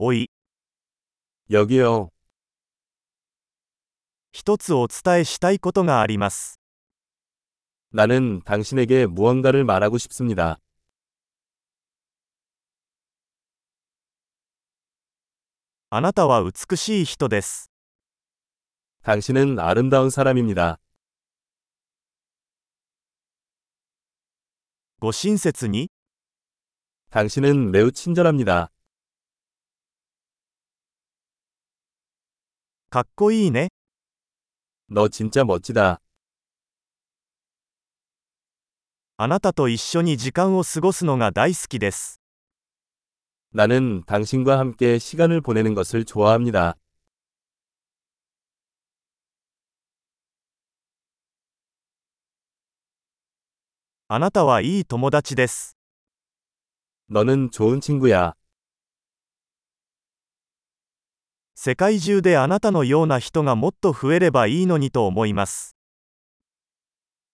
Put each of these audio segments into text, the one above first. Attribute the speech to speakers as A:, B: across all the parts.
A: おい、
B: 여기요.
A: 一つお伝えしたいことがあります。
B: 나는 당신에게 무언가를 말하고 싶습니다.
A: あなたは美しい人です。
B: 당신은 아름다운 사람입니다.
A: ご親切に、
B: 당신은 매우 친절합니다.
A: かっこいいね。
B: 너 진짜 멋지다.
A: あなたと一緒に時間を過ごすのが大好きです。
B: 나는 당신과 함께 시간을 보내는 것을 좋아합니다.
A: あなたはいい友達です。
B: 너는 좋은 친구야.
A: 世界中であなたのような人がもっと増えればいいのにと思います。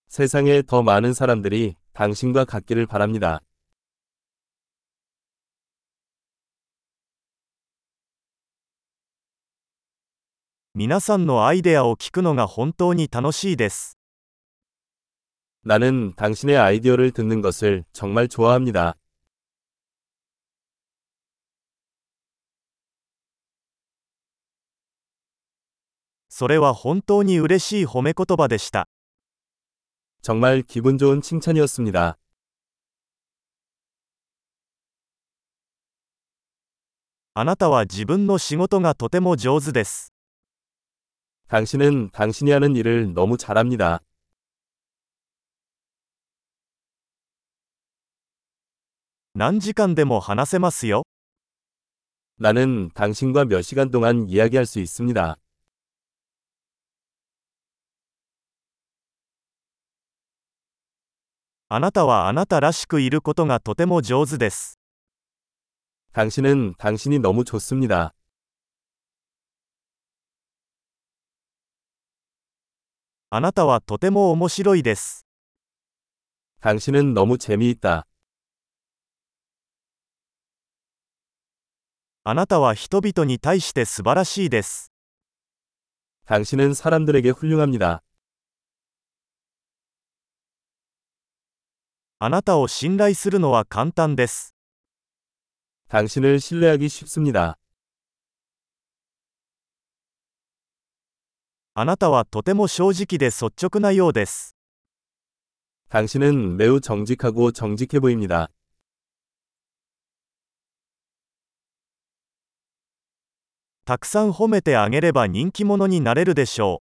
B: 세상에 더 많은 사람들이 당신과 같기를 바랍니다.
A: 皆さんのアイデアを聞くのが本当に楽しいです。
B: 나는 당신의 아이디어를 듣는 것을 정말 좋아합니다.
A: それは本当に嬉しい褒め言葉でした。
B: 정말 기분 좋은 칭찬이었습니다.
A: あなたは自分の仕事がとても上手です。
B: 당신은 당신이 하는 일을 너무 잘합니다.
A: 何時間でも話せますよ。
B: 나는 당신과 몇 시간 동안 이야기할 수 있습니다.
A: あなたはあなたらしくいることがとても上手です。
B: 당신은 당신이 너무 좋습니다.
A: あなたはとても面白いです。
B: 당신은 너무 재미있다.
A: あなたは人々に対して素晴らしいです。
B: 당신은 사람들에게 훌륭합니다.
A: あなたを信頼するのは簡単です。
B: 당신을 신뢰하기 쉽습니다.
A: あなたはとても正直で率直なようです。
B: 당신은 매우 정직하고 정직해 보입니다.
A: たくさん褒めてあげれば人気者になれるでしょ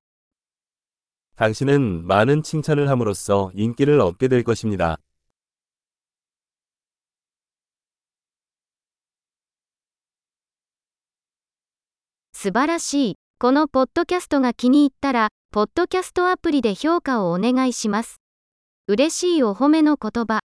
B: 당신은 많은 칭찬을 함으로써 인기를 얻게 될 것입니다.
C: 素晴らしい。このポッドキャストが気に入ったら、ポッドキャストアプリで評価をお願いします。嬉しいお褒めの言葉。